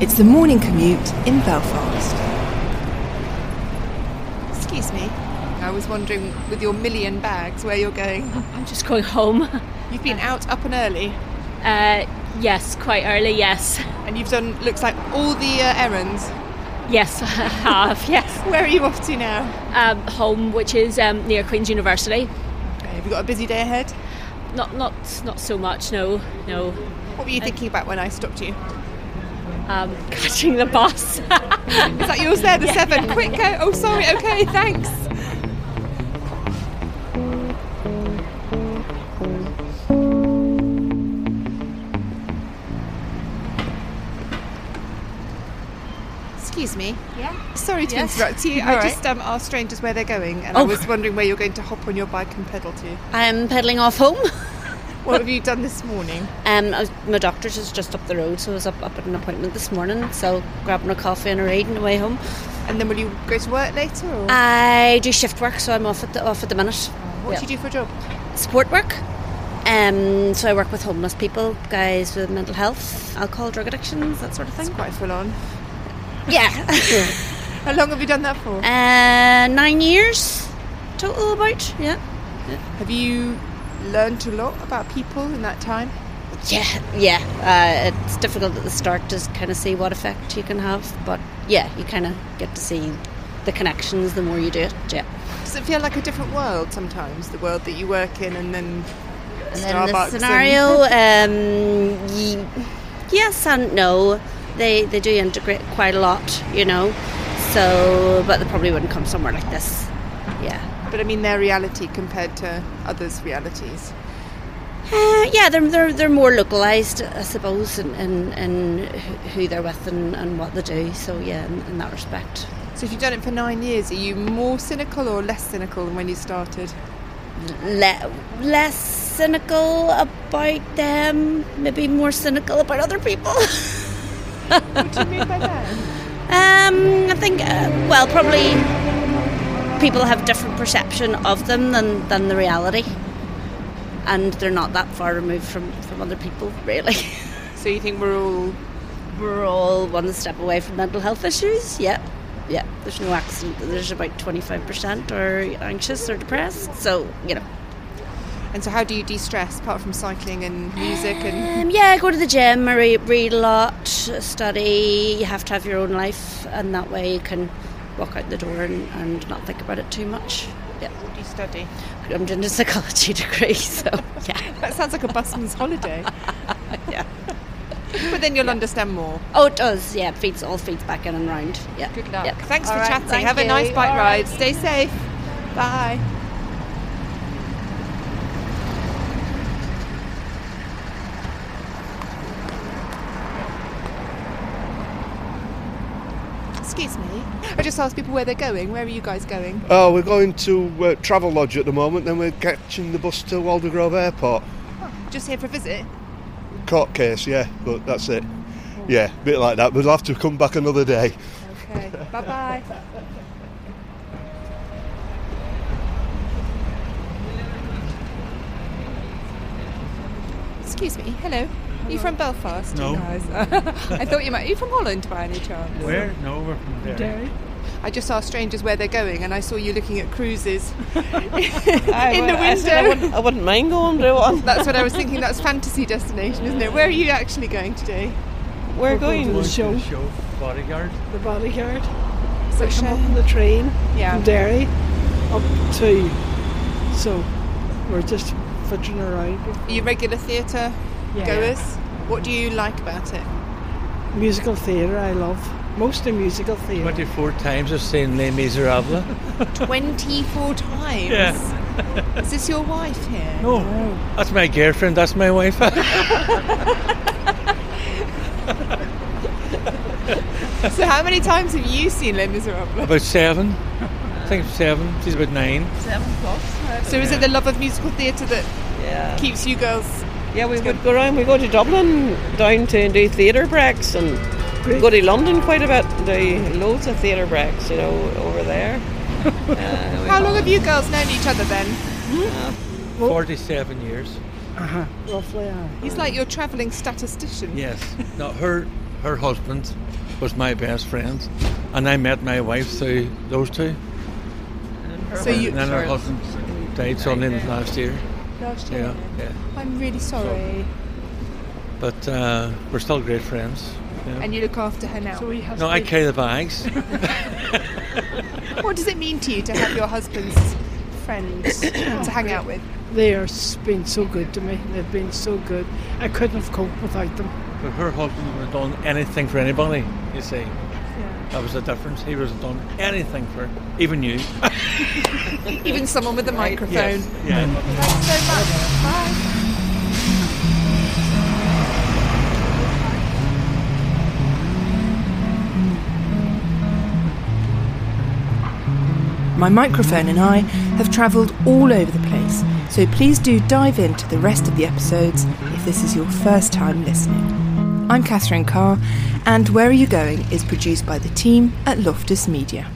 It's the morning commute in Belfast. Excuse me. I was wondering, with your million bags, where you're going. I'm just going home. You've been out up and early, Uh, yes, quite early, yes. and you've done, looks like, all the uh, errands. Yes, I have, yes. Where are you off to now? Um, home, which is um, near Queen's University. Okay, have you got a busy day ahead? Not, not, not so much, no, no. What were you thinking about when I stopped you? Um, catching the bus. Is that yours there, the seven? Quick go! Oh, sorry, okay, thanks. Excuse me. Yeah. Sorry to Yes. interrupt you. I All right. just um, asked strangers where they're going, and I Oh. was wondering where you're going to hop on your bike and pedal to. I'm pedalling off home. What have you done this morning? Um, I was, my doctor's is just up the road, so I was up, up at an appointment this morning. So grabbing a coffee and a read on the way home. And then will you go to work later? Uh, Or I do shift work, so I'm off at the off at the minute. what do you do for a job? do? Support work. Um, so I work with homeless people, guys with mental health, alcohol, drug addictions, that sort of That's thing. quite full on. Yeah, How long have you done that for? uh, nine years total, about yeah. Have you learned a lot about people in that time? Yeah, yeah. Uh, it's difficult at the start to kind of see what effect you can have, but yeah, you kind of get to see the connections the more you do it. Yeah. Does it feel like a different world sometimes, the world that you work in and then And then Starbucks? the scenario, um, ye- yes and no. They they do integrate quite a lot, you know. So, but they probably wouldn't come somewhere like this. Yeah. and- but I mean, their reality compared to others' realities. Uh, yeah, they're, they're, they're more localised, I suppose, in, in, in who they're with and, and what they do. So, yeah, in, in that respect. So if you've done it for nine years, are you more cynical or less cynical than when you started? le- less cynical about them, maybe more cynical about other people. What do you mean by that? Um, I think, uh, well, probably people have different perception of them than, than the reality. And they're not that far removed from, from other people, really. So you think we're all We're all one step away from mental health issues. Yeah, yeah. There's no accident. that There's about 25% are anxious or depressed. So, you know, And so, how do you de-stress apart from cycling and music? And Um, yeah, go to the gym, I read, read a lot, study. You have to have your own life, and that way you can walk out the door and, and not think about it too much. Yeah, what do you study? I'm doing a psychology degree, so yeah. That sounds like a busman's holiday. Yeah. But then you'll understand more. Oh, it does. Yeah, it feeds all feeds back in and round. Yeah. Good luck. Yeah. Thanks All for right, chatting. thank Have a you. nice bike All right. ride. Stay safe. Bye. Excuse me. I just asked people where they're going. Where are you guys going? Oh, we're going to uh, Travel Lodge at the moment, then we're catching the bus to Aldergrove Airport. Just here for a visit. Court case, yeah, but that's it. Yeah, bit like that, but I'll have to come back another day. Okay. bye bye. Excuse me. Hello. Are you from Belfast? No. Nice. I thought you might. Are you from Holland by any chance? Where? No, we're from there. I just asked strangers where they're going, and I saw you looking at cruises in the Oh, I said window. I wouldn't, I wouldn't mind going to one. That's what I was thinking. That's fantasy destination, isn't it? Where are you actually going today? We're going Going to to the show. show bodyguard. The bodyguard. So They come shall- up on the train Yeah. from Derry up to. So we're just footing around. Are you regular theatre goers? What do you like about it? Musical theatre, I love. Mostly musical theatre. 24 times I've seen Les Miserables. 24 times. Is this your wife here? No, that's my girlfriend, that's my wife. So, how many times have you seen Les Miserables? about seven. I think seven. She's about nine. So, is it the love of musical theatre that Yeah. keeps you girls? Yeah, we would go. go- Right. Around we go to Dublin down to do theatre breaks and we go to London quite a bit and do loads of theatre breaks, you know, over there. Uh, How long have you girls known each other then? 47 years. Roughly, uh, He's like your travelling statistician. Yes. No, her her husband was my best friend, and I met my wife through those two. So you and then her husband died suddenly last year. last year. Yeah, yeah. I'm really sorry. But uh, we're still great friends. Yeah. And you look after her now. So he has No, I been- carry the bags. What does it mean to you to have your husband's friend to hang out with? They are s- been so good to me. They've been so good. I couldn't have coped without them. But her husband would have done anything for anybody, you see. That was the difference. He would have done anything for even you. Even someone with a microphone. Yeah. Thanks so much. Bye. My microphone and I have travelled all over the place, so please do dive into the rest of the episodes if this is your first time listening. I'm Catherine Carr, and Where Are You Going is produced by the team at Loftus Media.